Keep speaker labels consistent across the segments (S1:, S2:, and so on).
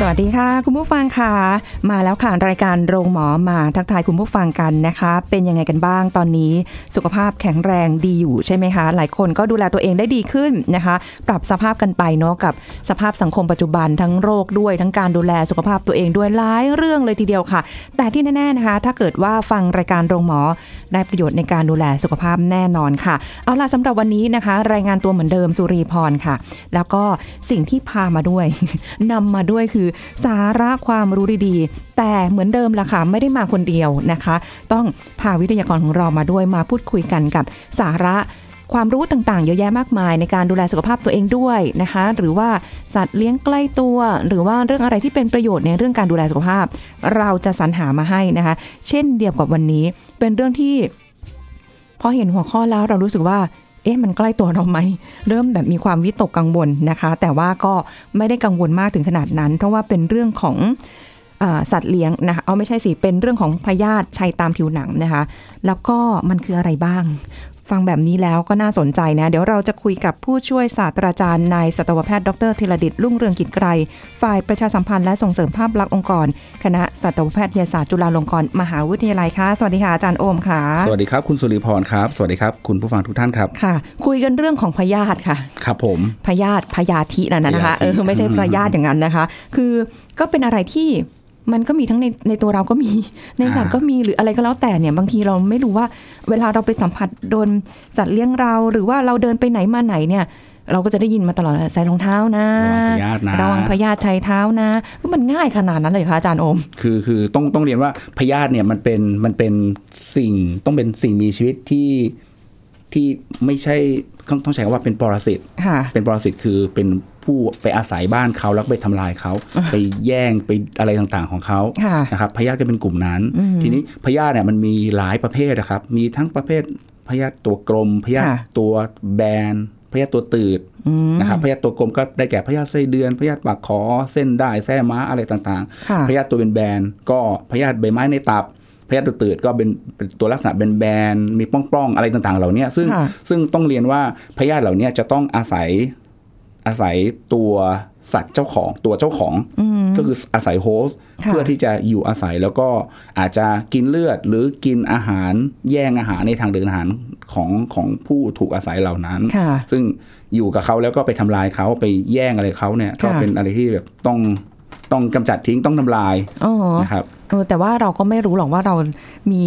S1: สวัสดีค่ะ คุณผู้ฟังค่ะ มาแล้วค่ะรายการโรงหมอมาทักทายคุณผู้ฟังกันนะคะ เป็นยังไงกันบ้างตอนนี้ สุขภาพแข็งแรงดีอยู่ใช่ไหมคะ หลายคนก็ดูแลตัวเองได้ดีขึ้นนะคะ ปรับสภาพกันไปเนาะกับสภาพสังคมปัจจุบันทั้งโรคด้วยทั้งการดูแลสุขภาพตัวเองด้วยหลายเรื่องเลยทีเดียวค่ะ แต่ที่แน่ๆนะคะ ถ้าเกิดว่าฟังรายการโรงหมอได้ประโยชน์ในการดูแลสุขภาพแน่นอนค่ะ เอาล่ะสำหรับวันนี้นะคะ รายงานตัวเหมือนเดิมสุรีพรค่ะ แล้วก็สิ่งที่พามาด้วย นำมาด้วยคือ สาระความรู้ดีๆ แต่เหมือนเดิมละค่ะ ไม่ได้มาคนเดียวนะคะ ต้องพาวิทยากรของเรามาด้วยมาพูดคุยกันกับสาระความรู้ต่างๆ เยอะแยะมากมายในการดูแลสุขภาพตัวเองด้วยนะคะ หรือว่าสัตว์เลี้ยงใกล้ตัว หรือว่าเรื่องอะไรที่เป็นประโยชน์ในเรื่องการดูแลสุขภาพ เราจะสรรหามาให้นะคะ เช่นเดียวกับวันนี้เป็นเรื่องที่ พอเห็นหัวข้อแล้วเรารู้สึกว่า เอ๊ะ มันใกล้ตัวเราไหม เริ่มแบบมีความวิตกกังวลนะคะ แต่ว่าก็ไม่ได้กังวลมากถึงขนาดนั้น เพราะว่าเป็นเรื่องของอาสัตว์เลี้ยงนะคะ เอาไม่ใช่สิ เป็นเรื่องของพยาธิชัยตามผิวหนังนะคะ แล้วก็มันคืออะไรบ้าง ฟังแบบนี้แล้วก็น่าสนใจนะ เดี๋ยวเราจะคุยกับผู้ช่วยศาสตราจารย์นายสัตวแพทย์ดรธีรดิตรุ่งเรืองกิจไกร ฝ่ายประชาสัมพันธ์และส่งเสริมภาพลักษณ์องค์กร คณะสัตวแพทยศาสตร์จุฬาลงกรณ์มหาวิทยาลัยค่ะ สวัสดีค่ะอาจารย์โอมค่ะ
S2: สวัสดีครับ คุณสุริพรครับ สวัสดีครับ คุณผู้ฟังทุกท่านครับ
S1: ค่ะ คุยกันเรื่องของพยาธิค่ะ
S2: ครับผม
S1: พยาธิพยาธินั่นนะนะคะ
S2: พยาธิ
S1: เออไม่ใช่
S2: อืม
S1: พยาธิอย่างนั้นนะคะ คือก็เป็นอะไรที่มันก็มีทั้งในในตัวเราก็มี ในสัตว์ก็มีหรืออะไรก็แล้วแต่เนี่ยบางทีเราไม่รู้ว่า เวลาเราไปสัมผัสโดนสัตว์เลี้ยงเรา หรือว่าเราเดินไปไหนมาไหนเนี่ย เราก็จะได้ยินมาตลอดใส่รองเท้านะ
S2: ระ
S1: ระ
S2: วังพยาธินะ
S1: วังพยาธิใช้เท้านะมันง่ายขนาดนั้นเลยเหรอคะอาจารย์โอม
S2: คือคือต้องต้องเรียนว่าพยาธิเนี่ยมันเป็นมันเป็นสิ่งต้องเป็นสิ่งมีชีวิตที่ที่ไม่ใช่ต้องต้องใช้คำว่าเป็นปรสิต
S1: ค่ะ
S2: เป็นปรสิตคือเป็นผู้ไปอาศัยบ้านเขาแล้วก็ไปทำลายเขา ไปแย่งไปอะไรต่างๆของเขา
S1: ค่ะ
S2: นะครับพยาธิก็เป็นกลุ่มนั้น ทีนี้พยาธิเนี่ยมันมีหลายประเภทนะครับ มีทั้งประเภทพยาธิตัวกลมพยาธิ
S1: ค่ะ
S2: ตัวแบนพยาธิตัวตืด
S1: อืม
S2: นะครับพยาธิตัวกลมก็ได้แก่พยาธิไส้เดือนพยาธิปากขอเส้นได้แส้ม้าอะไรต่าง
S1: ค่ะ
S2: ๆพยาธิตัวเป็นแบนๆก็พยาธิใบไม้ในตับพยาธิตัวตืดก็เป็นเป็นตัวลักษณะเป็นแบนๆมีป้องๆอะไรต่างๆ เหล่าเนี้ยซึ่ง
S1: ค่ะ
S2: ซึ่งต้องเรียนว่าพยาธิเหล่าเนี้ยจะต้องอาศัยอาศัยตัวสัตว์เจ้าของตัวเจ้าของ
S1: อืม
S2: ก็คืออาศัยโฮสต์
S1: ค่ะ
S2: เพื่อที่จะอยู่อาศัยแล้วก็อาจจะกินเลือดหรือกินอาหารแย่งอาหารในทางเดินอาหารของของผู้ถูกอาศัยเหล่านั้น
S1: ค่ะ
S2: ซึ่งอยู่กับเขาแล้วก็ไปทำลายเขาไปแย่งอะไรเขาเนี่ยก็
S1: ค่ะ
S2: เป็นอะไรที่แบบต้องต้องกำจัดทิ้งต้องทำลาย
S1: อ๋อ
S2: นะครับ
S1: เออแต่ว่าเราก็ไม่รู้หรอกว่าเรามี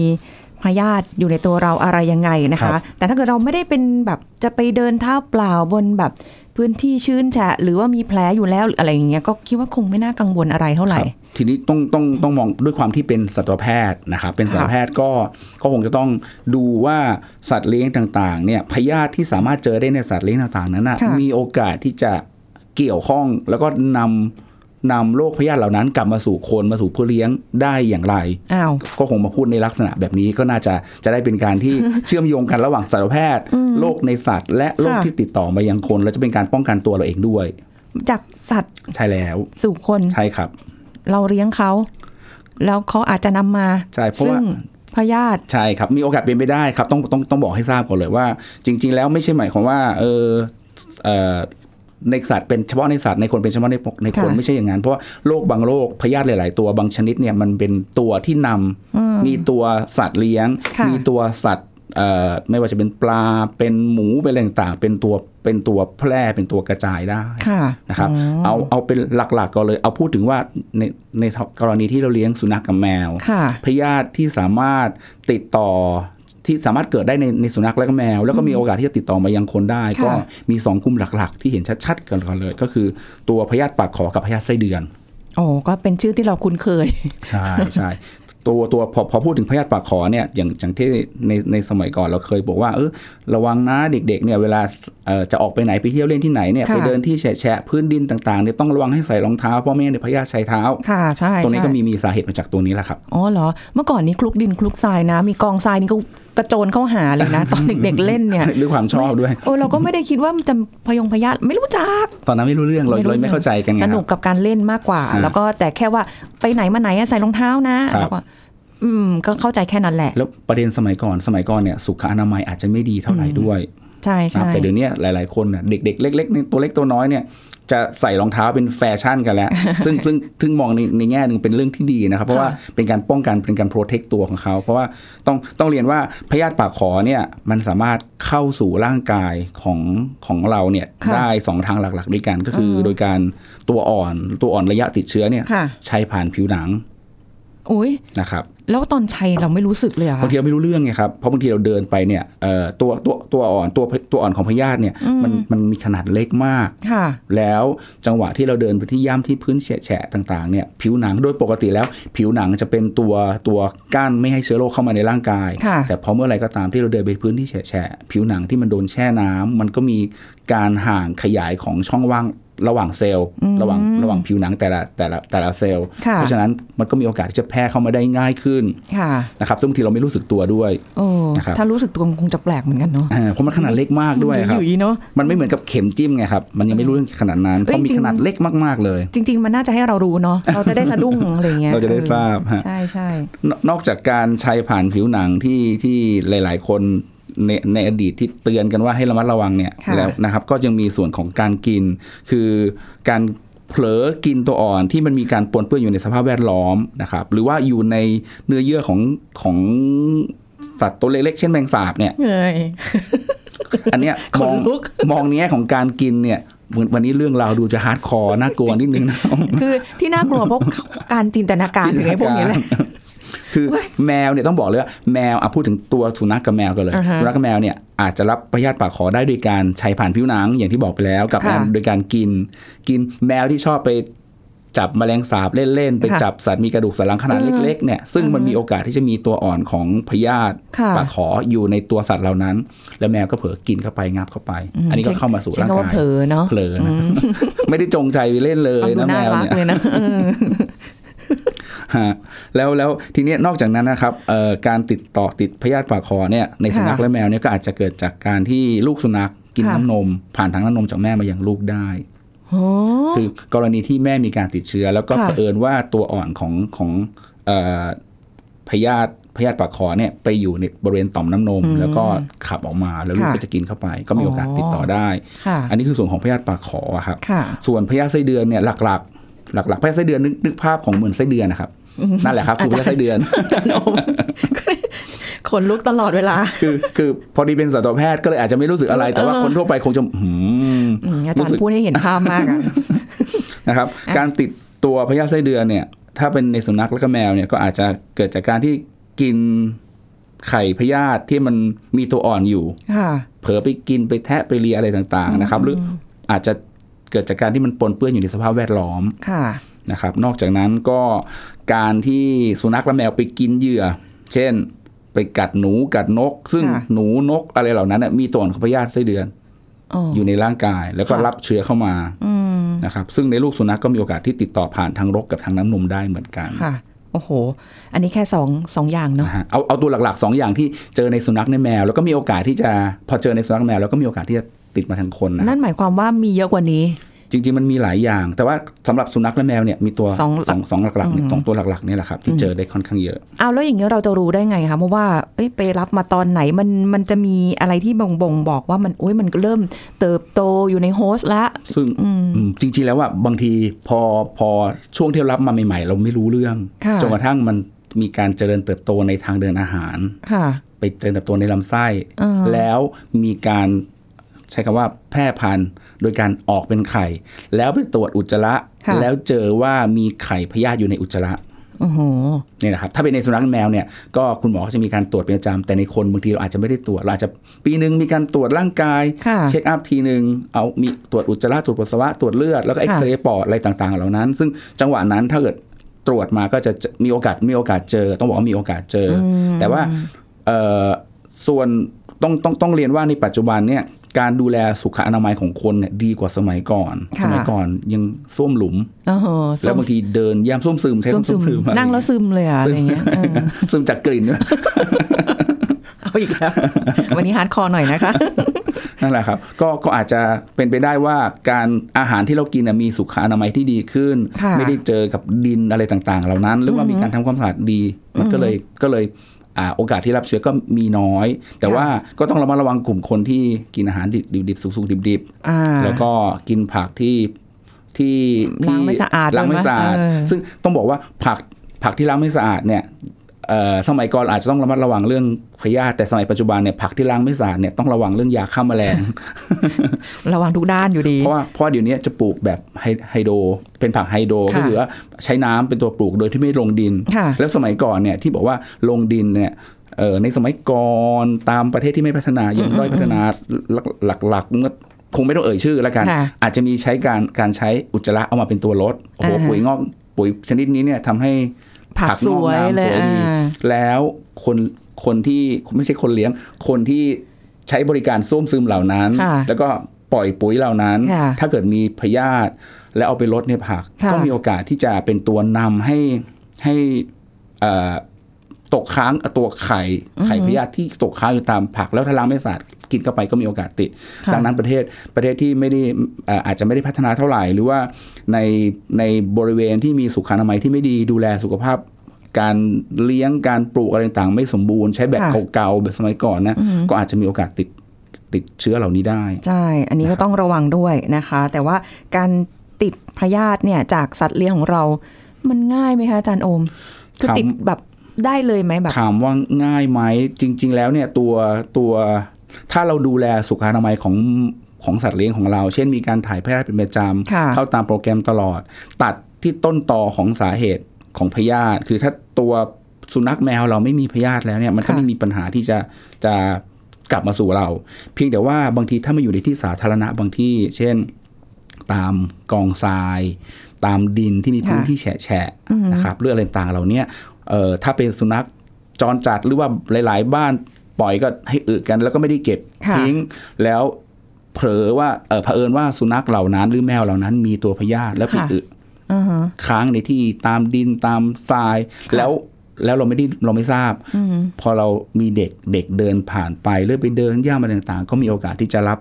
S1: พยาธิอยู่ในตัวเราอะไรยังไงนะ
S2: ครั
S1: คะ
S2: บ
S1: แต่ถ้าเกิดเราไม่ได้เป็นแบบจะไปเดินเท้าเปล่าบนแบบพื้นที่ชื้นแฉะหรือว่ามีแผลอยู่แล้วหรืออะไรอย่างเงี้ยก็คิดว่าคงไม่น่ากังวลอะไรเท่าไหร่
S2: ครับทีนี้ต้องต้องต้องมองด้วยความที่เป็นสัตวแพทย์นะครับเป็นสัตวแพทย์ก็ก็คงจะต้องดูว่าสัตว์เลี้ยงต่างๆเนี่ยพยาธิที่สามารถเจอได้ในสัตว์เลี้ยงต่างๆนั้นนะ
S1: ค่ะ
S2: มีโอกาสที่จะเกี่ยวข้องแล้วก็นำนำโรคพยาธิเหล่านั้นกลับมาสู่คนมาสู่ผู้เลี้ยงได้อย่างไร
S1: อ้าว
S2: ก็คงมาพูดในลักษณะแบบนี้ก็น่าจะจะได้เป็นการ ที่ เชื่อมโยงกันระหว่างสัตวแพทย์โรคในสัตว์ และโรค
S1: ค่ะ
S2: ที่ติดต่อมายังคน และจะเป็นการป้องกันตัวเราเองด้วย
S1: จากสัตว์
S2: ใช่แล้ว
S1: สู่คน
S2: ใช่ครับ
S1: เราเลี้ยงเขา แล้วเขาอาจจะนำมา
S2: ใช่เพราะ
S1: ซึ่
S2: ว่า
S1: งพยาธิ
S2: ใช่ครับ มีโอกาสเป็นไปได้ครับต้องต้องต้องบอกให้ทราบก่อนเลยว่า จริง ๆ แล้วไม่ใช่หมายความว่าเออเอ่อในสัตว์เป็นเฉพาะในสัตว์ในคนเป็นเฉพาะในปกในคน
S1: ค่ะ
S2: ไม่ใช่อย่างนั้น เพราะว่าโรคบางโรคพยาธิหลาย ๆ ตัวบางชนิดเนี่ยมันเป็นตัวที่นำ
S1: อืม
S2: มีตัวสัตว์เลี้ยง
S1: ค่ะ
S2: มีตัวสัตว์เอ่อไม่ว่าจะเป็นปลา เป็นหมู เป็นอะไรต่างๆ เป็นตัวเป็นตัวแพร่เป็นตัวกระจายได้
S1: ค่ะ
S2: นะครับ
S1: อ๋อ
S2: เอาเอาเป็นหลักๆก่อนเลย เอาพูดถึงว่าในในกรณีที่เราเลี้ยงสุนัขกับแมว
S1: ค่ะ
S2: พยาธิที่สามารถติดต่อที่สามารถเกิดได้ในในสุนัขและก็แมว แล้วก็มีโอกาสที่จะติดต่อมายังคนได้
S1: ค่ะ
S2: ก็มีสองกลุ่มหลักๆ ที่เห็นชัดๆกันก่อนเลย ก็คือตัวพยาธิปากขอกับพยาธิไส้เดือน
S1: อ๋อก็เป็นชื่อที่เราคุ้นเคย
S2: ใช่ใช่ ตัวตัวพอพอพูดถึงพยาธิปากขอเนี่ยอย่างอย่างที่ในในสมัยก่อนเราเคยบอกว่าเออระวังนะเด็กๆเนี่ยเวลาเอ่อจะออกไปไหนไปเที่ยวเล่นที่ไหนเนี่ย
S1: ค่ะ
S2: ไปเดินที่แฉะแฉะพื้นดินต่างๆเนี่ยต้องระวังให้ใส่รองเท้าเพราะไม่งั้นเนี่ยพยาธิใช้เท้า
S1: ค่ะใช่
S2: ตรงนี้
S1: ใช่
S2: ก็มีมีสาเหตุมาจากตัวนี้แหละครับ
S1: อ๋อเหรอ เมื่อก่อนนี้คลุกดินคลุกทรายนะ มีกองทรายนี่ก็กระโจนเข้าหาเลยนะ ตอนเด็กๆเล่น เนี่ย
S2: ด้วยความชอบด้วย
S1: โอ้เราก็ไม่ได้คิดว่ามันจะพยงพยาธิไม่รู้จัก
S2: ตอนนั้นไม่รู้เรื่องเรา
S1: ไม่รู้
S2: เลยไม่เข้าใจกันไง
S1: ส
S2: ค
S1: นุ
S2: รั
S1: ก
S2: บ
S1: กับการเล่นมากกว่า
S2: อ่า
S1: แล้วก็แต่แค่ว่าไปไหนมาไหนอะใส่รองเท้านะครับ แล้วก็อืม ก็เข้าใจแค่นั้นแหละ
S2: แล้วประเด็นสมัยก่อนสมัยก่อนเนี่ยสุขอนามัยอาจจะไม่ดีเท่าไหร่ด้วย
S1: ใช่
S2: นะครับ
S1: ใช่
S2: แต่เดี๋ยวนี้หลายๆคนน่ะเด็กๆเล็กๆเนี่ยตัวเล็กตัวน้อยเนี่ยจะใส่รองเท้าเป็นแฟชั่นกั นแล้ว ซึ่งซึ่งซึ่งมองในในแง่หนึ่งเป็นเรื่องที่ดีนะครับ เพราะว่าเป็นการป้องกันเป็นการโปรเทคตัวของเขา เพราะว่าต้องต้องเรียนว่าพยาธิปากขอเนี่ยมันสามารถเข้าสู่ร่างกายของของเราเนี่ย
S1: ค่ะ
S2: ได้สองทางหลักๆด้วยกันก็คืออ
S1: ม
S2: โดยการตัวอ่อนตัวอ่อนระยะติดเชื้อเนี่ย
S1: ค่ะ
S2: ใช้ผ่านผิวหนัง
S1: อุ้ย
S2: นะครับ
S1: แล้วตอนใช้เราไม่รู้สึกเลยเหรอะ
S2: บางทีเราไม่รู้เรื่องไงครับ เพราะบางทีเราเดินไปเนี่ยเอ่อตัวตัวตัวอ่อนตัวตัวอ่อนของพยาธิเนี่ย
S1: อืม
S2: มันมันมีขนาดเล็กมาก
S1: ค่ะ
S2: แล้วจังหวะที่เราเดินไปที่ย่ำที่พื้นแฉะๆต่างๆเนี่ยผิวหนังโดยปกติแล้ว ผิวหนังจะเป็นตัวตัวกั้นไม่ให้เชื้อโรคเข้ามาในร่างกาย
S1: ค่ะ
S2: แต่พอเมื่อไหรก็ตามที่เราเดินไปพื้นที่แฉะๆผิวหนังที่มันโดนแช่น้ำมันก็มีการห่างขยายของช่องว่างระหว่างเซลล์ระหว่างระหว่างผิวหนังแต่ละแต่ละแต่ละเซลล์
S1: ค่ะ
S2: เพราะฉะนั้นมันก็มีโอกาสที่จะแพร่เข้ามาได้ง่ายขึ้น
S1: ค่ะ
S2: นะครับซึ่งบางทีเราไม่รู้สึกตัวด้วย
S1: โอ้
S2: นะครับ
S1: ถ้ารู้สึกตัวมันคงจะแปลกเหมือนกันเนาะ
S2: อ่าเพราะมันขนาดเล็กมากด้วยค
S1: ห
S2: รับ
S1: ยุยๆเนาะ
S2: มันไม่เหมือนกับเข็มจิ้มไงครับ มันยังไม่รู้เรื่องขนาดนั้น เพ
S1: เอ้ย
S2: ราะมี
S1: จริง
S2: ขนาดเล็กมาก ๆ เลย
S1: จริง ๆ มันน่าจะให้เรารู้เนาะเราจะได้สะดุ้ง อะไรเงี้ย
S2: เราจะได้ทราบฮะ
S1: ใช่ใช่
S2: นนอกจากการใช้ผ่านผิวหนังที่ที่หลาย ๆ คนในในอดีตที่เตือนกันว่าให้ระมัดระวังเนี่ย
S1: ค่ะ
S2: แล้วนะครับก็ยังมีส่วนของการกิน คือการเผลอกินตัวอ่อนที่มันมีการปนเปื้อนอยู่ในสภาพแวดล้อมนะครับหรือว่าอยู่ในเนื้อเยื่อของของสัตว์ตัวเล็กๆ เช่นแมงสาบเนี่ย
S1: เอ้ย
S2: อันเนี้ย
S1: ข
S2: ม
S1: น
S2: อง
S1: ลุก
S2: มองในแง่ของการกินเนี่ยเหมือนวันนี้เรื่องราวดูจะฮาร์ดคอร์น่ากลัวนิดนึงนะ
S1: คือที่น่ากลัวเพราะ การจินตนาการถึงไอ้พวกนี้แหละ
S2: คือแมวเนี่ยต้องบอกเลยว่าแมวอ่ะพูดถึงตัวสุนัขกับแมวกันเลย
S1: อ่าฮะ
S2: สุนัขกับแมวเนี่ยอาจจะรับพยาธิปากขอได้โดยการใช้ผ่านผิวหนังอย่างที่บอกไปแล้วกับ
S1: ค่ะ
S2: แมวโดยการกิน กินแมวที่ชอบไปจับแมลงสาบเล่น ๆ ไป
S1: ค่ะ
S2: จับสัตว์มีกระดูกสันหลังขนาดเล็กๆเนี่ยซึ่งมันมีโอกาสที่จะมีตัวอ่อนของพยาธิ
S1: ค่ะ
S2: ปากขออยู่ในตัวสัตว์เหล่านั้น แล้วแมวก็เผลอกินเข้าไปงับเข้าไป อันนี้ก็เข้ามาสู่
S1: ใช้
S2: ร่าง
S1: คำว่
S2: กาย
S1: เผลอเนาะ
S2: เผลอนะไม่ได้จงใจไปเล่นเลย
S1: ฟังดู
S2: นะแม
S1: น่าว รัก
S2: เนี่ย
S1: เลยนะเออ
S2: ฮะแล้วแล้วทีเนี้ยนอกจากนั้นนะครับเอ่อการติดต่อติดพยาธิปากคอเนี่ยในสุนัข
S1: ค่ะ
S2: และแมวเนี่ยก็อาจจะเกิดจากการที่ลูกสุนัขกิน
S1: ค่ะ
S2: น้ำนม ผ่านทางน้ำนมจากแม่มายังลูกได้
S1: โอ้
S2: คือกรณีที่แม่มีการติดเชื้อ แล้วก็
S1: ค่ะ
S2: เผอิญว่าตัวอ่อนของของเอ่อพยาธิพยาธิปากคอเนี่ยไปอยู่ในบริเวณต่อมน้ำนม
S1: อืม
S2: แล้วก็ขับออกมาแล้วลูก
S1: ค่ะ
S2: ก็จะกินเข้าไป ก็มีโอกาส
S1: อ๋อ
S2: ติดต่อได้
S1: ค่ะ
S2: อันนี้คือส่วนของพยาธิปากคออะครับ
S1: ค่ะ
S2: ส่วนพญาไส้เดือนเนี่ยหลักๆ หลักๆพญาไส้เดือนนึกนึกภาพของเหมือนไส้เดือนนะครับนั่นแหละครับคือพญาไส้ เดือน
S1: ขนลุกตลอดเวลา
S2: คือคือพอดีเป็นสัตวแพทย์ก็เลยอาจจะไม่รู้สึกอะไร แต่ว่า
S1: เออ
S2: คนทั่วไปคงจะหืม
S1: อืมอาจาร
S2: รู้สึก
S1: ย์พูดให้เห็นภาพมากอะ
S2: นะครับ
S1: อ่ะ
S2: การติดตัวพญาไส้เดือนเนี่ย ถ้าเป็นในสุนัขและก็แมวเนี่ยก็อาจจะเกิดจากการที่กินไข่พยาธิที่มันมีตัวอ่อนอยู่
S1: ค่ะ
S2: เผลอไปกินไปแทะไปเลียอะไรต่างๆนะครับ หรืออาจจะเกิดจากการที่มันปนเปื้อนอยู่ในสภาพแวดล้อม
S1: ค่ะ
S2: นะครับนอกจากนั้นก็การที่สุนัขและแมวไปกินเหยื่อ เช่น ไปกัดหนูกัดนก ซึ่ง
S1: ค่ะ
S2: หนูนกอะไรเหล่านั้นนะมีตัวอ่อนของพยาธิไส้เดือน
S1: อ๋อ
S2: อยู่ในร่างกาย แล้วก็
S1: ค่ะ
S2: รับเชื้อเข้ามา
S1: อืม
S2: นะครับซึ่งในลูกสุนัขก็มีโอกาสที่ติดต่อผ่านทางรกกับทางน้ำนมได้เหมือนกัน
S1: ค่ะ โอ้โห อันนี้แค่สองสองอย่างเนาะ
S2: นะฮะเอาเอาตัวหลักๆสองอย่างที่เจอในสุนัขในแมว แล้วก็มีโอกาสที่จะพอเจอในสุนัขแมวแล้วก็มีโอกาสที่จะติดมาทางคนนะ
S1: นั่นหมายความว่ามีเยอะกว่านี้
S2: จริงๆมันมีหลายอย่าง แต่ว่าสำหรับสุนัขและแมวเนี่ยมีตัว
S1: สองหลัก
S2: สองสองหลักๆเนี่ยสองตัวหลักๆเนี่ยแหละครับที่เจอได้ค่อนข้างเยอะ
S1: เอาแล้วอย่างเงี้ยเราจะรู้ได้ไงคะเพราะว่าเอ้ยไปรับมาตอนไหนมันมันจะมีอะไรที่บ่งบ่งบอกว่ามันโอ้ยมันเริ่มเติบโตอยู่ในโฮสต์ละ
S2: ซึ่งอืมจริงๆแล้วว่าบางทีพอพอช่วงที่รับมาใหม่ๆ เราไม่รู้เรื่อง
S1: ค่ะ
S2: จนกระทั่งมันมีการเจริญเติบโตในทางเดินอาหาร
S1: ค่ะ
S2: ไปเจริญเติบโตในลำไส้
S1: อ่า
S2: แล้วมีการใช้คำว่าแพร่พันธุ์โดยการออกเป็นไข่ แล้วไปตรวจอุจจาระ
S1: ค่ะ
S2: แล้วเจอว่ามีไข่พยาธิอยู่ในอุจจาระ
S1: โอ้โห
S2: เนี่ยนะครับถ้าเป็นในสุนัขแมวเนี่ยก็คุณหมอก็จะมีการตรวจเป็นประจำแต่ในคนบางทีเราอาจจะไม่ได้ตรวจเราอาจจะปีหนึ่งมีการตรวจร่างกาย
S1: ค่ะ
S2: เช็คอัพทีหนึ่งเอามีตรวจอุจจาระตรวจปัสสาวะ ตรวจเลือด แล้วก็
S1: ค่ะ
S2: เอ็กซเรย์ปอดอะไรต่างๆ เหล่านั้น ซึ่งจังหวะนั้นถ้าเกิด ตรวจมาก็จะมีโอกาสมีโอกาสเจอ ต้องบอกว่ามีโอกาสเจออแต่ว่าเอ่อส่วนต้องต้องต้องเรียนว่าในปัจจุบันเนี่ยการดูแลสุขอนามัยของคนเนี่ยดีกว่าสมัยก่อน
S1: ค่ะ
S2: สมัยก่อนยังส้วมหลุม
S1: โอ้โห
S2: แล้วบางทีเดินย่ำส้วมซึมใช้
S1: ส้ม
S2: คำส้วมซึ
S1: ซึ
S2: ม
S1: ม
S2: อะไร
S1: นั่งแล้วซึมเลย อะอะไรเงี้ยเออ
S2: ซึมจากกลิ่นด้วย
S1: เอาอีกแล้ว วันนี้ฮาร์ดคอร์หน่อยนะคะ
S2: นั่นแหละครับก็ก็อาจจะเป็นไปได้ว่าการอาหารที่เรากินน่ะมีสุขอนามัยที่ดีขึ้น
S1: ค่ะ
S2: ไม่ได้เจอกับดินอะไรต่างๆ เหล่านั้น หรือว่ามีการทำความสะอาดดี มันก็เลยก็เลยอ่าโอกาสที่รับเชื้อก็มีน้อย แต่
S1: ค่ะ
S2: ว่าก็ต้องระมัดระวังกลุ่มคนที่กินอาหารดิบดิบๆสุกๆดิบ
S1: อ่า
S2: ๆ แล้วก็กินผักที่ที่ที่
S1: ล้างไม่สะอาด
S2: ล้างไม่
S1: ด้วยมั้ย
S2: สะอาด
S1: เออ
S2: ซึ่งต้องบอกว่าผักผักที่ล้างไม่สะอาดเนี่ยเอ่อสมัยก่อนอาจจะต้องระมัดระวังเรื่องพยาธิแต่สมัยปัจจุบันเนี่ยผักที่ล้างไม่สะอาดเนี่ยต้องระวังเรื่องยาฆ่าแมลง
S1: ระวังทุกด้านอยู่ดี
S2: เพราะว่าเพราะว่าเดี๋ยวนี้จะปลูกแบบไฮไฮโดรเป็นผักไฮโดร
S1: ค่ะ
S2: ก็คือว่าใช้น้ำเป็นตัวปลูกโดยที่ไม่ลงดิน
S1: ค่ะ
S2: แล้วสมัยก่อนเนี่ยที่บอกว่าลงดินเนี่ยเอ่อในสมัยก่อนตามประเทศที่ไม่พัฒนายังด้อยพัฒนาหลักหลักๆก็คงไม่ต้องเอ่ยชื่อแล้วกัน
S1: ค่ะ
S2: อาจจะมีใช้การการใช้อุจจาระเอามาเป็นตัวลดโอ้โห
S1: อ่า
S2: ปุ๋ยงอกปุ๋ยชนิดนี้เนี่ยทำให้
S1: ผักสวย
S2: งอกงาม
S1: เลย
S2: ดี
S1: อ่า
S2: แล้วคนคนที่ไม่ใช่คนเลี้ยง คนที่ใช้บริการส้วมซึมเหล่านั้น
S1: ค่ะ
S2: แล้วก็ปล่อยปุ๋ยเหล่านั้น
S1: ค่ะ
S2: ถ้าเกิดมีพยาธิแล้วเอาไปลดในผัก
S1: ค่ะ
S2: ก็มีโอกาสที่จะเป็นตัวนำให้ให้เอ่อตกค้างตัวไข่ไข่พยาธิที่ตกค้างอยู่ตามผัก แล้วถ้าล้างไม่สะอาดกินเข้าไปก็มีโอกาสติด
S1: ค่ะ
S2: ดังนั้นประเทศประเทศที่ไม่ได้เอ่ออาจจะไม่ได้พัฒนาเท่าไหร่ หรือว่าในในบริเวณที่มีสุขอนามัยที่ไม่ดีดูแลสุขภาพ การเลี้ยงการปลูกอะไรต่างๆ ไม่สมบูรณ์ใช้แบบ
S1: ค่ะ
S2: เก่าๆแบบสมัยก่อนนะ
S1: อือหือ
S2: ก็อาจจะมีโอกาสติดติดเชื้อเหล่านี้ได้
S1: ใช่ อันนี้ก็ต้องระวังด้วยนะคะ แต่ว่าการติดพยาธิเนี่ยจากสัตว์เลี้ยงของเรา มันง่ายไหมคะอาจารย์โอม คือ
S2: ถาม
S1: ติดแบบได้เลยไหมแบบ
S2: ถามว่าง่ายไหมจริง ๆ แล้วเนี่ยตัวตัวถ้าเราดูแลสุขอนามัยของของสัตว์เลี้ยงของเรา เช่นมีการถ่ายแพทย์เป็นประจ
S1: ค่ะ
S2: ำเข้าตามโปรแกรมตลอด ตัดที่ต้นต่อของสาเหตุของพยาธิคือถ้าตัวสุนัขแมวเราไม่มีพยาธิแล้วเนี่ยมันก็ไม่มีปัญหาที่จะจะกลับมาสู่เรา เพียงแต่ว่าบางทีถ้ามาอยู่ในที่สาธารณะบางที่ เช่นตามกองทราย ตามดินที่มีพื้น
S1: ค่ะ
S2: ที่แฉะแฉะๆนะครับเรื่องอะไรต่างๆเหล่าเนี้ยเอ่อถ้าเป็นสุนัขจรจัดหรือว่าหลาย ๆ บ้านปล่อยก็ให้อึกัน แล้วก็ไม่ได้เก็บ
S1: ค่ะ
S2: ทิ้ง แล้วเผลอว่าเออเผอิญว่าสุนัขเหล่านั้น หรือแมวเหล่านั้นมีตัวพยาธิแล้วไป
S1: ค่ะ
S2: อึ
S1: อ่าฮะ
S2: ค้างในที่ตามดินตามทราย
S1: ค่ะ
S2: แล้วแล้วเราไม่ได้เราไม่ทราบ
S1: อืม
S2: พอเรามีเด็กเด็กเดินผ่านไปหรือไปเดินย่างมาต่างๆ ก็มีโอกาสที่จะรับ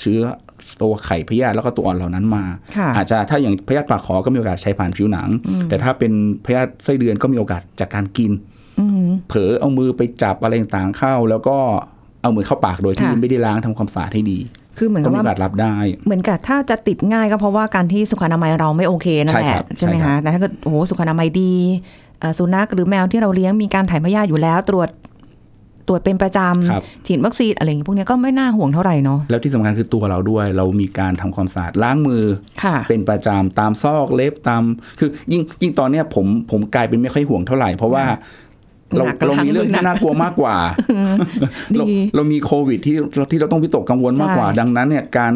S2: เชื้อตัวไข่พยาธิแล้วก็ตัวอ่อนเหล่านั้นมา
S1: ค่ะ
S2: อาจจะถ้าอย่างพยาธิปากขอก็มีโอกาสใช้ผ่านผิวหนัง แต่ถ้าเป็นพยาธิไส้เดือนก็มีโอกาสจากการกิน
S1: อืม
S2: เผลอเอามือไปจับอะไรต่างๆเข้า แล้วก็เอามือเข้าปากโดยที่
S1: ค่ะ
S2: ไม่ได้ล้างทำความสะอาดให้ดี
S1: คือเหมือนกั
S2: ก็
S1: บ
S2: มี
S1: ว่า
S2: โอกาสรับได้
S1: เหมือนกับถ้าจะติดง่ายก็เพราะว่าการที่สุขอนามัยเราไม่โอเคนั่นแห
S2: ใช่ค
S1: ละ
S2: รับ
S1: ใช่ไหม
S2: ใช่ครั
S1: คะ
S2: บ
S1: แต่ถ้าเกิดโอ้โหสุขอนามัยดีเอ่อสุนัขหรือแมวที่เราเลี้ยงมีการถ่ายพยาธิอยู่แล้ว ตรวจตรวจเป็นประจ
S2: ครับ
S1: ำฉีดวัคซีนอะไรอย่างงี้พวกเนี้ยก็ไม่น่าห่วงเท่าไหร่เนาะ
S2: แล้วที่สำคัญคือตัวเราด้วย เรามีการทำความสะอาดล้างมือ
S1: ค่ะ
S2: เป็นประจำตามซอกเล็บตามคือยิ่งยิ่งตอนเนี้ยผมผมกลายเป็นไม่ค่อยห่วงเท่าไหร่ เพราะว่าเรา
S1: หนักกว่า
S2: เรามีเรื่อง
S1: ครั้งหนึ่งนะ
S2: ที่น่ากลัวมากกว่า
S1: ดี
S2: เราเรามีโควิดที่เราที่เราต้องวิตกกังวลมากกว่า
S1: ใช่
S2: ดังนั้นเนี่ยการ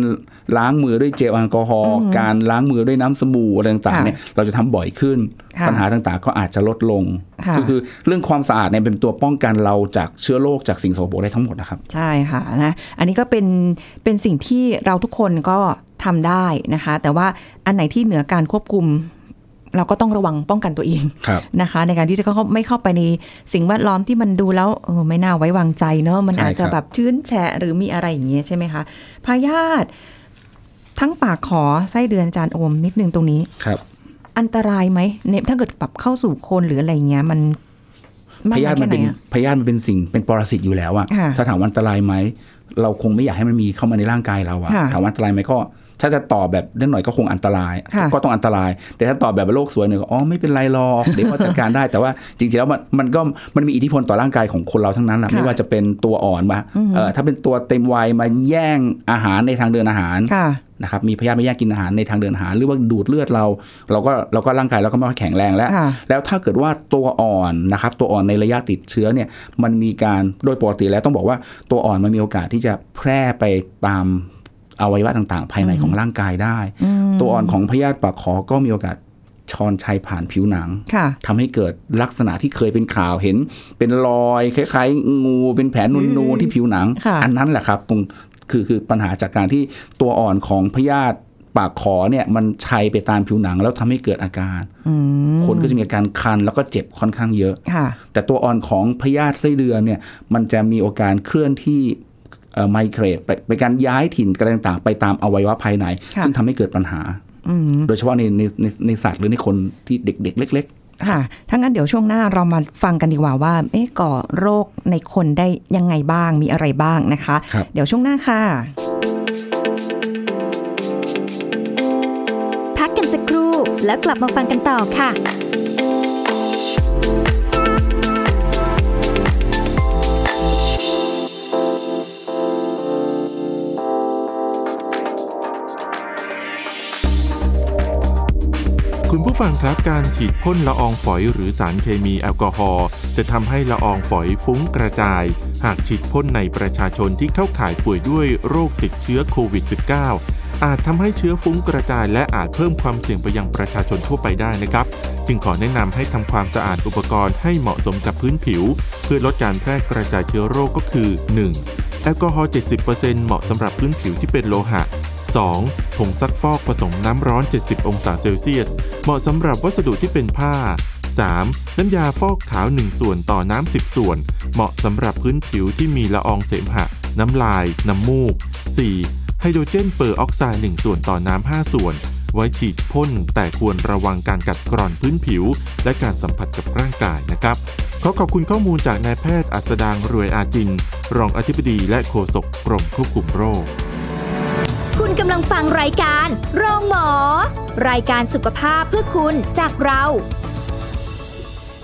S2: ล้างมือด้วยเจลแอลกอฮอล์การล้างมือด้วยน้ำสบู่อะไรต่างๆ
S1: ค่ะ
S2: เนี่ยเราจะทำบ่อยขึ้น
S1: ค่ะ
S2: ปัญหาต่างๆ ก็อาจจะลดลง
S1: ค่ะ
S2: ก็คือเรื่องความสะอาดเนี่ยเป็นตัวป้องกันเราจากเชื้อโรคจากสิ่งโสโปรกได้ทั้งหมดนะครับ
S1: ใช่ค่ะนะอันนี้ก็เป็นเป็นสิ่งที่เราทุกคนก็ทำได้นะคะ แต่ว่าอันไหนที่เหนือการควบคุม เราก็ต้องระวังป้องกันตัวเอง
S2: ครับ
S1: นะคะในการที่จะเข้าไม่เข้าไปในสิ่งแวดล้อมที่มันดูแล้วเออไม่น่าไว้วางใจเนอะมัน
S2: ใช่ครับ
S1: อาจจะแบบชื้นแฉะหรือมีอะไรอย่างเงี้ยใช่ไหมคะพยาธิทั้งปากขอไส้เดือนอาจารย์โอมนิดนึงตรงนี้
S2: ครับ
S1: อันตรายไหมเนี่ยถ้าเกิดปรับเข้าสู่คนหรืออะไรเงี้ยมัน
S2: พยาธิมันเป็น
S1: กอยแค่ไหอะ
S2: พยาธิมันเป็นสิ่งเป็นปรสิตอยู่แล้วอะ
S1: ค่ะ
S2: ถ้าถามว่าอันตรายไหม เราคงไม่อยากให้มันมีเข้ามาในร่างกายเราอะ
S1: ค่ะ
S2: ถามว่าอันตรายไหมก็ถ้าจะตอบแบบนิดหน่อยก็คงอันตราย
S1: ค่ะ
S2: ก็ต้องอันตราย แต่ถ้าตอบแบบโลกสวยหน่อยก็อ๋อไม่เป็นไรหรอก เดี๋ยวก็จัดการได้ แต่ว่าจริงๆแล้วมันมันก็มันมีอิทธิพลต่อร่างกายของคนเราทั้งนั้นแหละ
S1: ค่ะ
S2: ไม่ว่าจะเป็นตัวอ่อนมา
S1: อือหือ
S2: เอ่อถ้าเป็นตัวเต็มวัยมาแย่งอาหารในทางเดินอาหาร
S1: ค่ะ
S2: นะครับมีพยาธิไม่แยกกินอาหารในทางเดินอาหารหรือว่าดูดเลือดเรา เราก็เราก็ร่างกายเราก็ไม่ค่อยแข็งแรงแล้ว
S1: ค่ะ
S2: แล้วถ้าเกิดว่าตัวอ่อนนะครับตัวอ่อนในระยะติดเชื้อเนี่ยมันมีการโดยปกติแล้วต้องบอกว่าตัวอ่อนมันมีโอกาสที่จะแพร่ไปตามอวัยวะต่างๆ ภายในของร่างกายได้ ตัวอ่อนของพยาธิปากขอก็มีโอกาสเฉ ชอนชัยผ่านผิวหนัง
S1: ค่ะ
S2: ทำให้เกิดลักษณะที่เคยเป็นข่าวเห็น เป็นรอยคล้ายๆ งูเป็นแผลนูนๆที่ผิวหนัง
S1: ค่ะ
S2: อันนั้นแหละครับตรงคือคือปัญหาจากการที่ตัวอ่อนของพยาธิปากขอเนี่ยมันชัยไปตามผิวหนังแล้วทำให้เกิดอาการ
S1: อืม
S2: คนก็จะมีอาการคันแล้วก็เจ็บค่อนข้างเยอะ
S1: ค่ะ
S2: แต่ตัวอ่อนของพยาธิไส้เดือนเนี่ยมันจะมีโอกาสเคลื่อนที่ไมเกรดไปไปนการย้ายถิ่นอะไรต่างๆไปตามอวัยวะภายใน
S1: ค่ะ
S2: ซึ่งทำให้เกิดปัญหา
S1: อืม
S2: โดยเฉพาะในในในในสัตว์หรือในคนที่เด็ก ๆ เล็ก ๆ
S1: ค่ะ ถ้างั้นเดี๋ยวช่วงหน้าเรามาฟังกันดีกว่าว่า เอ๊ะก่อโรคในคนได้ยังไงบ้าง มีอะไรบ้างนะคะ
S2: ครับ
S1: เดี๋ยวช่วงหน้าค่ะ
S3: พักกันสักครู่แล้วกลับมาฟังกันต่อค่ะ
S4: คุณผู้ฟังครับการฉีดพ่นละอองฝอยหรือสารเคมีแอลกอฮอล์จะทำให้ละอองฝอยฟุ้งกระจาย หากฉีดพ่นในประชาชนที่เข้าข่ายป่วยด้วยโรคติดเชื้อโควิด -19 อาจทำให้เชื้อฟุ้งกระจายและอาจเพิ่มความเสี่ยงไปยังประชาชนทั่วไปได้นะครับ จึงขอแนะนำให้ทำความสะอาดอุปกรณ์ให้เหมาะสมกับพื้นผิว เพื่อลดการแพร่กระจายเชื้อโรคก็คือ 1. แอลกอฮอล์ 70%เหมาะสำหรับพื้นผิวที่เป็นโลหะ 2. ผงซักฟอกผสมน้ำร้อน 70 องศาเซลเซียส เหมาะสำหรับวัสดุที่เป็นผ้า 3. น้ำยาฟอกขาว 1 ส่วนต่อน้ำ 10 ส่วน เหมาะสำหรับพื้นผิวที่มีละอองเสมหะ น้ำลาย น้ำมูก 4. ไฮโดรเจนเปอร์ออกไซด์ 1 ส่วนต่อน้ำ 5 ส่วน ไว้ฉีดพ่นแต่ควรระวังการกัดกร่อนพื้นผิว และการสัมผัสกับร่างกายนะครับ ขอขอบคุณข้อมูลจากนายแพทย์อัสดางรวยอาจิน รองอธิบดีและโฆษกกรมควบคุมโรค
S3: คุณกำลังฟังรายการโรงหมอ รายการสุขภาพเพื่อคุณจากเรา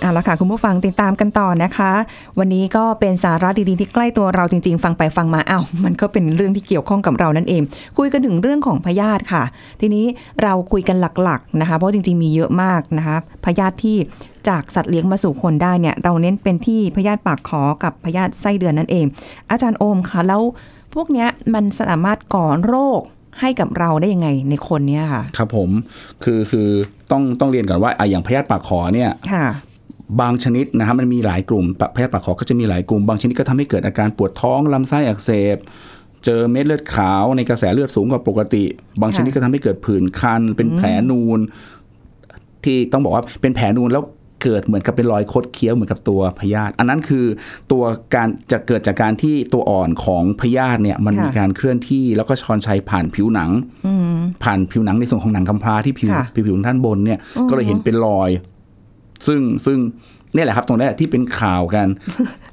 S1: เอาละค่ะ คุณผู้ฟังติดตามกันต่อนะคะ วันนี้ก็เป็นสาระดีๆที่ใกล้ตัวเราจริง ๆ ฟังไปฟังมาอ้าว มันก็เป็นเรื่องที่เกี่ยวข้องกับเรานั่นเอง คุยกันถึงเรื่องของพยาธิค่ะ ทีนี้เราคุยกันหลักๆนะคะ เพราะจริง ๆมีเยอะมากนะคะพยาธิที่จากสัตว์เลี้ยงมาสู่คนได้เนี่ย เราเน้นเป็นที่พยาธิปากขอกับพยาธิไส้เดือนนั่นเอง อาจารย์โอมคะแล้วพวกเนี้ยมันสามารถก่อโรคให้กับเราได้ยังไงในคนเนี่ยค่ะ
S2: ครับผมคือคือต้องต้องเรียนก่อนว่าอ่ะอย่างพยาธิปากขอเนี่ย
S1: ค่ะ
S2: บางชนิดนะครับมันมีหลายกลุ่มปะพยาธิปากขอก็จะมีหลายกลุ่ม บางชนิดก็ทำให้เกิดอาการปวดท้องลำไส้อักเสบ เจอเม็ดเลือดขาวในกระแสเลือดสูงกว่าปกติ บางชนิดก็ทำให้เกิดผื่นคัน เป็นแผลนูน ที่ต้องบอกว่าเป็นแผลนูนแล้วเกิดเหมือนกับเป็นรอยคดเคี้ยวเหมือนกับตัวพยาธิอันนั้นคือตัวการจะเกิดจากการที่ตัวอ่อนของพยาธิเนี่ยมัน
S1: ค่ะ
S2: มีการเคลื่อนที่แล้วก็ชอนชัยผ่านผิวหนัง
S1: อืม
S2: ผ่านผิวหนังในส่วนของหนังกำพร้าที่ผิว
S1: ค่ะ
S2: ผิวผิวด้านบนเนี่ย
S1: อือฮึ
S2: ก็เลยเห็นเป็นรอย ซึ่งซึ่งเนี่ยแหละครับ ตรงนี้แหละที่เป็นข่าว กัน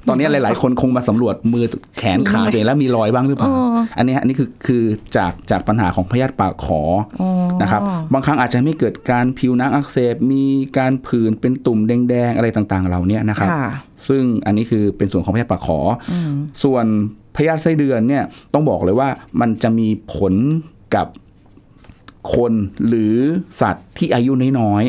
S2: ตอนนี้หลาย ๆ คนคงมาสำรวจมือแขนขาตัวเองแล้วมีรอยบ้างหรือเปล่า อันนี้ฮะอันนี้คือคือจากจากปัญหาของพยาธิปากขอ
S1: อ๋อ
S2: นะครับ บางครั้งอาจจะไม่เกิดการผิวหนังอักเสบมีการผื่นเป็นตุ่มแดง ๆ อะไรต่าง ๆ เหล่านี้นะครับ
S1: ค่ะ
S2: ซึ่งอันนี้คือเป็นส่วนของพยาธิปากขออส่วนพยาธิไส้เดือนเนี่ยต้องบอกเลยว่ามันจะมีผลกับคนหรือสัตว์ที่อายุน้อย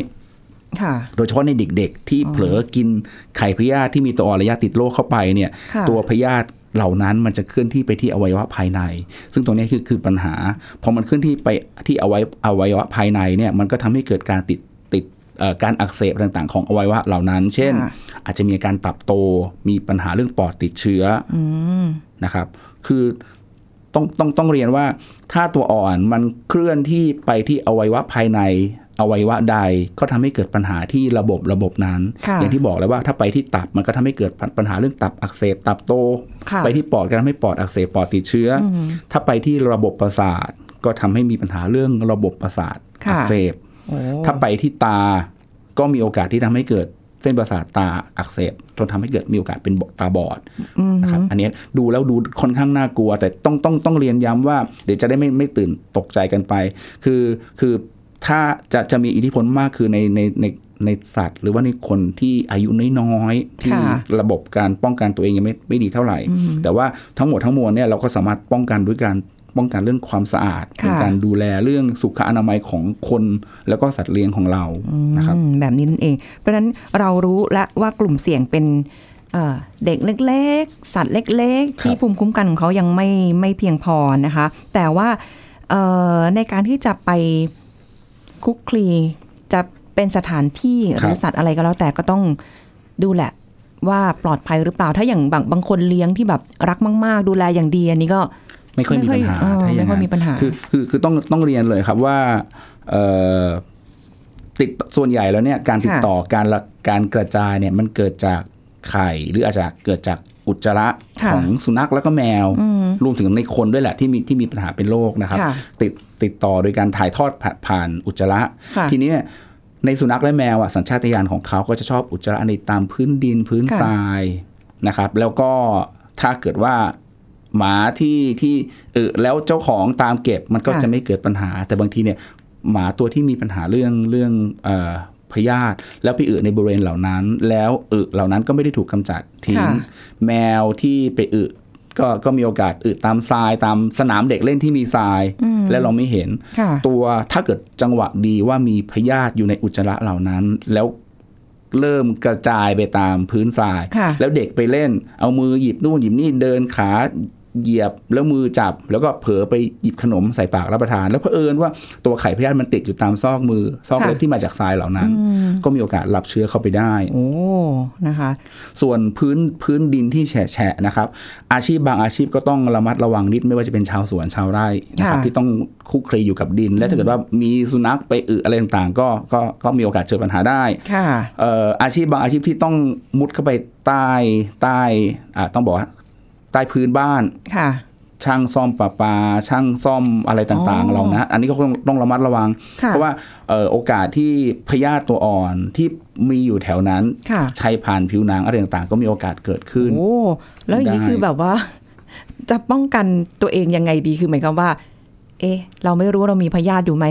S1: ค่ะ
S2: ๆ โดยเฉพาะในเด็กๆ ที่เผลอกินไข่พยาธิที่มีตัวอ่อนระยะติดโรคเข้าไปเนี่ย
S1: ค่ะ
S2: ตัวพยาธิเหล่านั้นมันจะเคลื่อนที่ไปที่อวัยวะภายใน ซึ่งตรงนี้คือคือปัญหา พอมันเคลื่อนที่ไปที่อวัยอวัยวะภายในเนี่ยมันก็ทำให้เกิดการติดติดเอ่อการอักเสบต่างๆ ของอวัยวะเหล่านั้น เช่น
S1: ค่ะ
S2: อาจจะมีอาการตับโต มีปัญหาเรื่องปอดติดเชื้ออ
S1: อืม
S2: นะครับ คือต้องต้องต้องเรียนว่า ถ้าตัวอ่อนมันเคลื่อนที่ไปที่อวัยวะภายใน อวัยวะใดก็ทำให้เกิดปัญหาที่ระบบระบบนั้น
S1: ค่ะ
S2: อย่างที่บอกแล้วว่าถ้าไปที่ตับมันก็ทำให้เกิดปัญหาเรื่องตับอักเสบตับโต
S1: ค่ะ
S2: ไปที่ปอดก็ทำให้ปอดอักเสบปอดติดเชื้ออ
S1: ม
S2: ถ้าไปที่ระบบประสาทก็ทำให้มีปัญหาเรื่องระบบประสาท
S1: ค่ะ
S2: อัเสบ
S1: โอ้
S2: ถ้าไปที่ตาก็มีโอกาสที่ทำให้เกิดเส้นประสาทตาอักเสบจนทำให้เกิดมีโอกาสเป็นตาบอด
S1: อืม
S2: นะครับอันเนี้ยดูแล้วดูค่อนข้างน่ากลัว แต่ต้องต้องต้องเรียนย้ำว่า เดี๋ยวจะได้ไม่ไม่ตื่นตกใจกันไป คือคือถ้าจะจะมีอิทธิพลมากคือในในในในสัตว์ หรือว่าในคนที่อายุน้อยๆที่
S1: ค่ะ
S2: ระบบการป้องกันตัวเองยังไม่ไม่ดีเท่าไหร่ แต่ว่าทั้งหมดทั้งมวลเนี่ยเราก็สามารถป้องกันด้วยการป้องกันเรื่องความสะอาด
S1: ค่ะ
S2: เป็นการดูแลเรื่องสุขอนามัยของคนแล้วก็สัตว์เลี้ยงของเรานะครับ
S1: อืมแบบนี้นั่นเอง เพราะฉะนั้นเรารู้และว่ากลุ่มเสี่ยงเป็นเอ่อเด็กเล็กๆ สัตว์เล็ก
S2: ค
S1: ๆ
S2: รับ
S1: ที่ภูมิคุ้มกันของเขายังไม่ไม่เพียงพอนะคะ แต่ว่าเอ่อในการที่จะไปคุกคลีจะไป เป็นสถานที่ห
S2: ครั
S1: รือบ สัตว์อะไรก็แล้วแต่ก็ต้องดูแหละว่าปลอดภัยหรือเปล่า ถ้าอย่างบางบางคนเลี้ยงที่แบบรักมาก ๆ ดูแลอย่างดีอันนี้ก็
S2: ไม่ค่อยมีปัญหา
S1: ไม่ค่อยเออ
S2: ถ้าอย่าง
S1: ไม่ค่อย
S2: นั้น
S1: มีปัญหา
S2: คือคือคือต้องต้องเรียนเลยครับว่าเอ่อติดส่วนใหญ่แล้วเนี่ยการติดต่อการละการกระจายเนี่ยมันเกิดจากไข่หรืออาจจะเกิดจากอุจจาระ
S1: ค่ะ
S2: ของสุนัขแล้วก็แมว รวมถึงในคนด้วยแหละที่มีที่มีปัญหาเป็นโรคนะครับ
S1: ค่ะ
S2: ติดติดต่อโดยการถ่ายทอดผ่านผ่านอุจจาระ
S1: ค่ะ
S2: ทีเนี้ยในสุนัขและแมวอ่ะสัญชาตญาณของเขาก็จะชอบอุจจาระในตามพื้นดินพื้น
S1: ค่ะ
S2: ทรายนะครับ แล้วก็ถ้าเกิดว่าหมาที่ที่เออแล้วเจ้าของตามเก็บมันก็
S1: ค่ะ
S2: จะไม่เกิดปัญหา แต่บางทีเนี่ยหมาตัวที่มีปัญหาเรื่องเรื่องเอ่อพยาธิแล้วไปอึในบริเวณเหล่านั้น แล้วอึเหล่านั้นก็ไม่ได้ถูกกำจัดทิ้ง
S1: ค่ะ
S2: แมวที่ไปอึก็ก็มีโอกาสอึตามทรายตามสนามเด็กเล่นที่มีทราย และเราไม่เห็น
S1: ค่ะ
S2: ตัวถ้าเกิดจังหวะดีว่ามีพยาธิอยู่ในอุจจาระเหล่านั้น แล้วเริ่มกระจายไปตามพื้นทราย
S1: ค่ะ
S2: แล้วเด็กไปเล่น เอามือหยิบนู่นหยิบนี่เดินขาเหยียบแล้วมือจับ แล้วก็เผลอไปหยิบขนมใส่ปากรับประทาน แล้วเผอิญว่าตัวไข่พยาธิมันติดอยู่ตามซอกมือ ซอก
S1: ค่ะ
S2: เล็บที่มาจากทรายเหล่านั้น ก็มีโอกาสรับเชื้อเข้าไปได้
S1: โอ้นะคะ
S2: ส่วนพื้นพื้นดินที่แฉะแฉะนะครับ อาชีพบางอาชีพก็ต้องระมัดระวังนิดไม่ว่าจะเป็นชาวสวนชาวไร่นะครับ
S1: ค่ะ
S2: ที่ต้องคุกคลีอยู่กับดิน และถ้าเกิดว่ามีสุนัขไปอึอะไรต่างๆ ก็ก็ก็มีโอกาสเจอปัญหาได้
S1: ค่ะ
S2: เอ่ออาชีพบางอาชีพที่ต้องมุดเข้าไปใต้ใต้อ่าต้องบอกว่าใต้พื้นบ้าน
S1: ค่ะ
S2: ช่างซ่อมประปา ช่างซ่อมอะไรต่าง
S1: อ๋อ
S2: ๆเรานะอันนี้ก็ต้องต้องระมัดระวัง
S1: ค่ะ
S2: เพราะว่าเอ่อโอกาสที่พยาธิตัวอ่อนที่มีอยู่แถวนั้น
S1: ค่ะ
S2: ใช้ผ่านผิวหนังอะไรต่างๆ ก็มีโอกาสเกิดขึ้น
S1: โอ้แล้วอย่างนี้
S2: ได้
S1: คือแบบว่า จะป้องกันตัวเองยังไงดีคือหมายความว่า เอ๊ะ เราไม่รู้ว่าเรามีพยาธิอยู่ไหม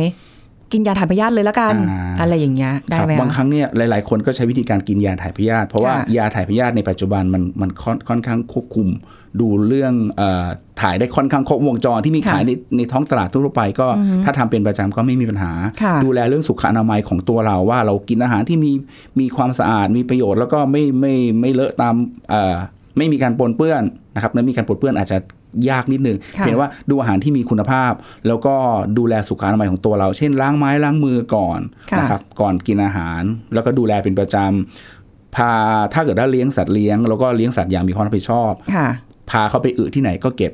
S1: กินยาถ่ายพยาธิเลยละกัน
S2: อ่า
S1: อะไรอย่างเงี้ยได้
S2: ครับ
S1: ไหม
S2: บางค
S1: คะ
S2: รั้งเนี่ยหลายๆ คนก็ใช้วิธีการกินยาถ่ายพยาธิเพราะว่า
S1: ค่ะ
S2: ยาถ่ายพยาธิในปัจจุบันมันมันค่อนค่อนข้างควบคุม ดูเรื่องเอ่อถ่ายได้ค่อนข้างครบวงจรที่มี
S1: ค่ะ
S2: ขายในในท้องตลาดทั่วๆไปก็ถ้าทำเป็นประจำก็ไม่มีปัญหา
S1: ค่ะ
S2: ดูแลเรื่องสุขอนามัยของตัวเราว่าเรากินอาหารที่มีมีความสะอาดมีประโยชน์แล้วก็ไม่ไม่ไม่เลอะตามเอ่อไม่มีการปนเปื้อนนะครับและมีการปนเปื้อนอาจจะยากนิดนึง
S1: ค่ะ
S2: เพียงว่าดูอาหารที่มีคุณภาพ แล้วก็ดูแลสุขอนามัยของตัวเรา เช่นล้างไม้ล้างมือก่อน
S1: ค่ะ
S2: นะครับก่อนกินอาหารแล้วก็ดูแลเป็นประจำพาถ้าเกิดได้เลี้ยงสัตว์เลี้ยง แล้วก็เลี้ยงสัตว์อย่างมีความรับผิดชอบ
S1: ค่ะ
S2: พาเขาไปอึที่ไหนก็เก็บ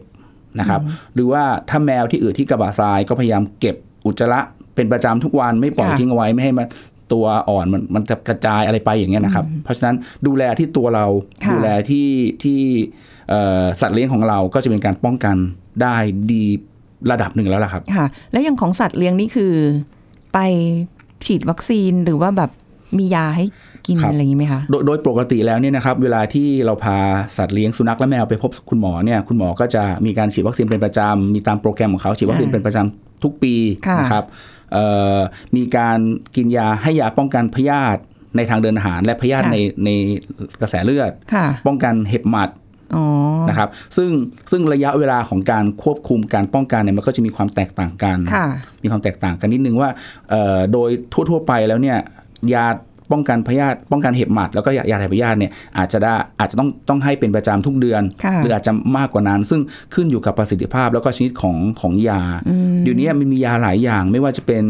S2: นะครับ หรือว่าถ้าแมวที่อึที่กระบะทรายก็พยายามเก็บอุจจาระเป็นประจำทุกวันไม่ปล่อย
S1: ค่ะ
S2: ทิ้งเอาไว้ไม่ให้มันตัวอ่อนมันมันจะกระจายอะไรไปอย่างเงี้ยนะครับ เพราะฉะนั้นดูแลที่ตัวเรา
S1: ค่ะ
S2: ดูแลที่ที่เอ่อสัตว์เลี้ยงของเราก็จะเป็นการป้องกันได้ดีระดับหนึ่งแล้วล่ะครับ
S1: ค่ะ แล้วอย่างของสัตว์เลี้ยงนี่คือ ไปฉีดวัคซีนหรือว่าแบบมียาให้กิน
S2: ครับ
S1: อะไรอย่างนี้ไหมคะ
S2: โดยโดยปกติแล้วเนี่ยนะครับเวลาที่เราพาสัตว์เลี้ยงสุนัขและแมวไปพบคุณหมอเนี่ยคุณหมอก็จะมีการฉีดวัคซีนเป็นประจำมีตามโปรแกรมของเขาฉีดวัคซีน
S1: อ่า
S2: เป็นประจำทุกปี
S1: ค่ะ
S2: นะครับเอ่อมีการกินยาให้ยาป้องกันพยาธิในทางเดินอาหาร และพยาธิ
S1: ค่ะ
S2: ในในกระแสเลือด
S1: ค่ะ
S2: ป้องกันเห็บหมัด
S1: อ๋อ
S2: นะครับซึ่งซึ่งระยะเวลาของการควบคุมการป้องกันเนี่ยมันก็จะมีความแตกต่างกัน
S1: ค่ะ
S2: มีความแตกต่างกันนิดนึงว่าเอ่อโดยทั่วๆไปแล้วเนี่ยยาป้องกันพยาธิป้องกันเห็บหมัด แล้วก็ยายาถ่ายพยาธิเนี่ยอาจจะได้อาจจะต้องต้องให้เป็นประจำทุกเดือน
S1: ค่ะ
S2: หรืออาจจะมากกว่านั้น ซึ่งขึ้นอยู่กับประสิทธิภาพแล้วก็ชนิดของของยา เดี๋ยวนี้มันมียาหลายอย่างไม่ว่าจะเป็น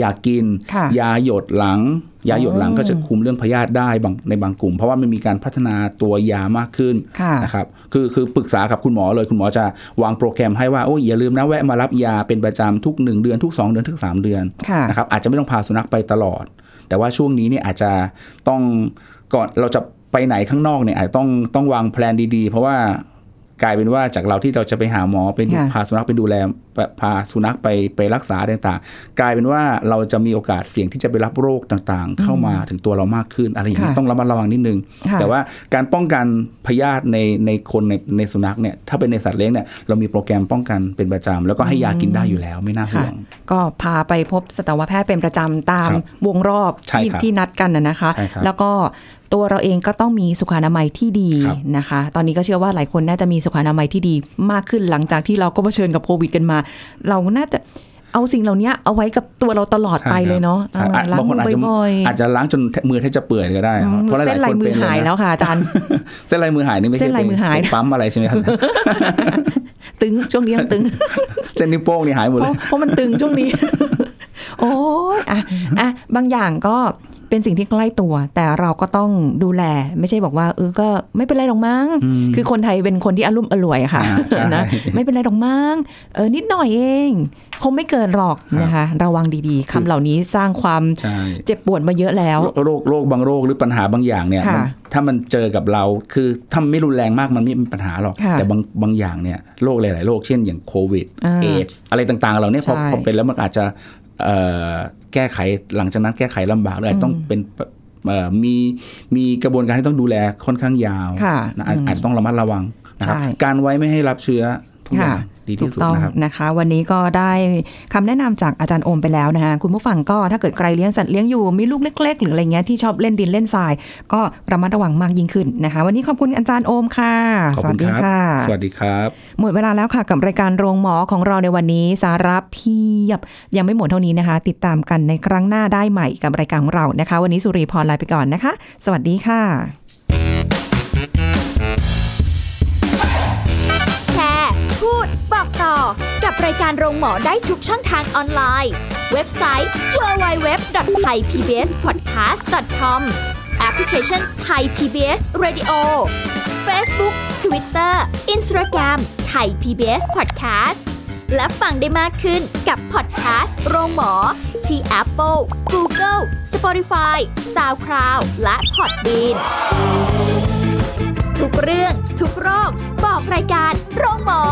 S2: ยากิน
S1: ค่ะ
S2: ยาหยดหลัง ยาหยดหลัง
S1: อ๋อ
S2: ก็จะคุมเรื่องพยาธิได้บางในบางกลุ่ม เพราะว่ามันมีการพัฒนาตัวยามากขึ้น
S1: ค่ะ
S2: นะครับ คือ คือปรึกษากับคุณหมอเลย คุณหมอจะวางโปรแกรมให้ว่า โอ้ยอย่าลืมนะ แวะมารับยาเป็นประจำทุก 1 เดือน ทุก 2 เดือน ทุก 3 เดือน
S1: ค่ะ
S2: นะครับ อาจจะไม่ต้องพาสุนัขไปตลอด แต่ว่าช่วงนี้เนี่ยอาจจะต้อง ก่อน เราจะไปไหนข้างนอกเนี่ยอาจจะต้อง ต้องวางแพลนดีๆ เพราะว่ากลายเป็นว่าจากเราที่เราจะไปหาหมอไปดู
S1: ค่ะ
S2: พาสุนัขไปดูแลพาพาสุนัขไป ไปรักษาต่างๆ กลายเป็นว่าเราจะมีโอกาสเสี่ยงที่จะไปรับโรคต่างๆ เข้ามาถึงตัวเรามากขึ้น อะไรอย่างนี้
S1: ค่ะ
S2: ต้องระมัดระวังนิดนึง
S1: ค่ะ
S2: แต่ว่าการป้องกันพยาธิในในคนในในสุนัขเนี่ยถ้าเป็นในสัตว์เลี้ยงเนี่ยเรามีโปรแกรมป้องกันเป็นประจำแล้วก็ให้ยากินได้อยู่แล้วไม่น่าห่
S1: ค่ะ
S2: วง
S1: ก็พาไปพบสัตวแพทย์เป็นประจำตาม
S2: ครับ
S1: วงรอบ
S2: ใช่
S1: ที่
S2: ครับ
S1: ที่นัดกันนะนะคะ
S2: ใช่ครับ
S1: แล้วก็ตัวเราเองก็ต้องมีสุขอนามัยที่ดี
S2: ครับ
S1: นะคะ ตอนนี้ก็เชื่อว่าหลายคนน่าจะมีสุขอนามัยที่ดีมากขึ้นหลังจากที่เราก็เผชิญกับโควิดกันมา เราน่าจะเอาสิ่งเหล่านี้เอาไว้กับตัวเราตลอด
S2: ใช่ครับ
S1: ไปเลยเนาะ
S2: ใช่อ่ะ
S1: เออล้า
S2: บางงคนอาจจะ
S1: มือบ่อย
S2: อาจจะล้างจนมือแทบจะเปื่อยก็ได้
S1: อื
S2: ครับ
S1: ม
S2: เพราะห
S1: เส้น
S2: ลายๆ
S1: ลา
S2: ค
S1: ย
S2: น
S1: มื
S2: เป็
S1: อน
S2: เล
S1: หาย ย
S2: นะ
S1: แล้วค่ะอาจารย์
S2: เส้นลายมือหายนี่ไม่
S1: เส้
S2: ใช่
S1: นลายมือหาย
S2: เป็นปั๊มอะไรใช่ไหมครับ
S1: ตึงช่วงนี้ยังตึง
S2: เส้นนิ้วโป้งนี่หายหมด
S1: เพ
S2: เล ย
S1: ราะเพราะมันตึงช่วงนี้ โอ้ยอ่ะอ่ะบางอย่างก็ เป็นสิ่งที่ใกล้ตัว แต่เราก็ต้องดูแล ไม่ใช่บอกว่าเออก็ไม่เป็นไรหรอกมั้ง
S2: อืม
S1: คือคนไทยเป็นคนที่อารมณ์อร่วยอะค่ะ
S2: อ่าใช่
S1: นะไม่เป็นไรหรอกมั้งเออนิดหน่อยเอง คงไม่เกินหรอกนะคะระวังดีๆคำเหล่านี้สร้างความ
S2: ใช่
S1: เจ็บปวดมาเยอะแล้ว
S2: โรคโรคบางโรคหรือปัญหาบางอย่างเนี่ย
S1: ค่ะ
S2: มันถ้ามันเจอกับเราคือถ้าไม่รุนแรงมากมันไม่เป็นปัญหาหรอก
S1: ค่ะ
S2: แต่บางบางอย่างเนี่ยโรคหลาย ๆ โรคเช่นอย่างโควิด
S1: อ่า
S2: เอดส์อะไรต่างๆเหล่านี้พอ
S1: ใช่
S2: พอเป็นแล้วมันอาจจะเอ่อแก้ไขหลังจากนั้นแก้ไขลำบากหรืออาจจะต้องเป็นเอ่อมีมีกระบวนการที่ต้องดูแลค่อนข้างยาว
S1: ค่ะ
S2: นะอาจ
S1: อืม
S2: อาจจะต้องระมัดระวังนะครับ
S1: ใช่
S2: การไว้ไม่ให้รับเชื้อทุกอย่างดี
S1: ถู
S2: ที่
S1: ก
S2: สุด
S1: ต้อง
S2: นะครับ
S1: นะคะวันนี้ก็ได้คำแนะนำจากอาจารย์โอมไปแล้วนะคะคุณผู้ฟังก็ถ้าเกิดใครเลี้ยงสัตว์เลี้ยงอยู่มีลูกเล็ก ๆ หรืออะไรเงี้ยที่ชอบเล่นดินเล่นทราย ก็ระมัดระวังมากยิ่งขึ้นนะคะ วันนี้ขอบคุณอาจารย์โอมค่ะ
S2: ขอบ
S1: สวั
S2: คุ
S1: ส
S2: ณ
S1: ดี
S2: ครับ
S1: ค่ะ
S2: สวัสดีครับ
S1: หมดเวลาแล้วค่ะกับรายการโรงหมอของเราในวันนี้ สาระเพียบ ยังไม่หมดเท่านี้นะคะ ติดตามกันในครั้งหน้าได้ใหม่กับรายการของเรานะคะ วันนี้สุริพรลาไปก่อนนะคะ สวัสดีค่ะ
S3: แชร์ พูด บอกต่อ กับรายการโรงหมอได้ทุกช่องทางออนไลน์ เว็บไซต์ www.thaipbspodcast.com แอปพลิเคชัน Thai PBS Radio Facebook Twitter Instagram Thai PBS Podcast และฟังได้มากขึ้นกับพอดแคสต์โรงหมอ ที่ Apple, Google, Spotify, SoundCloud และ Podbean ทุกเรื่องทุกโรค บอกรายการโรงหมอ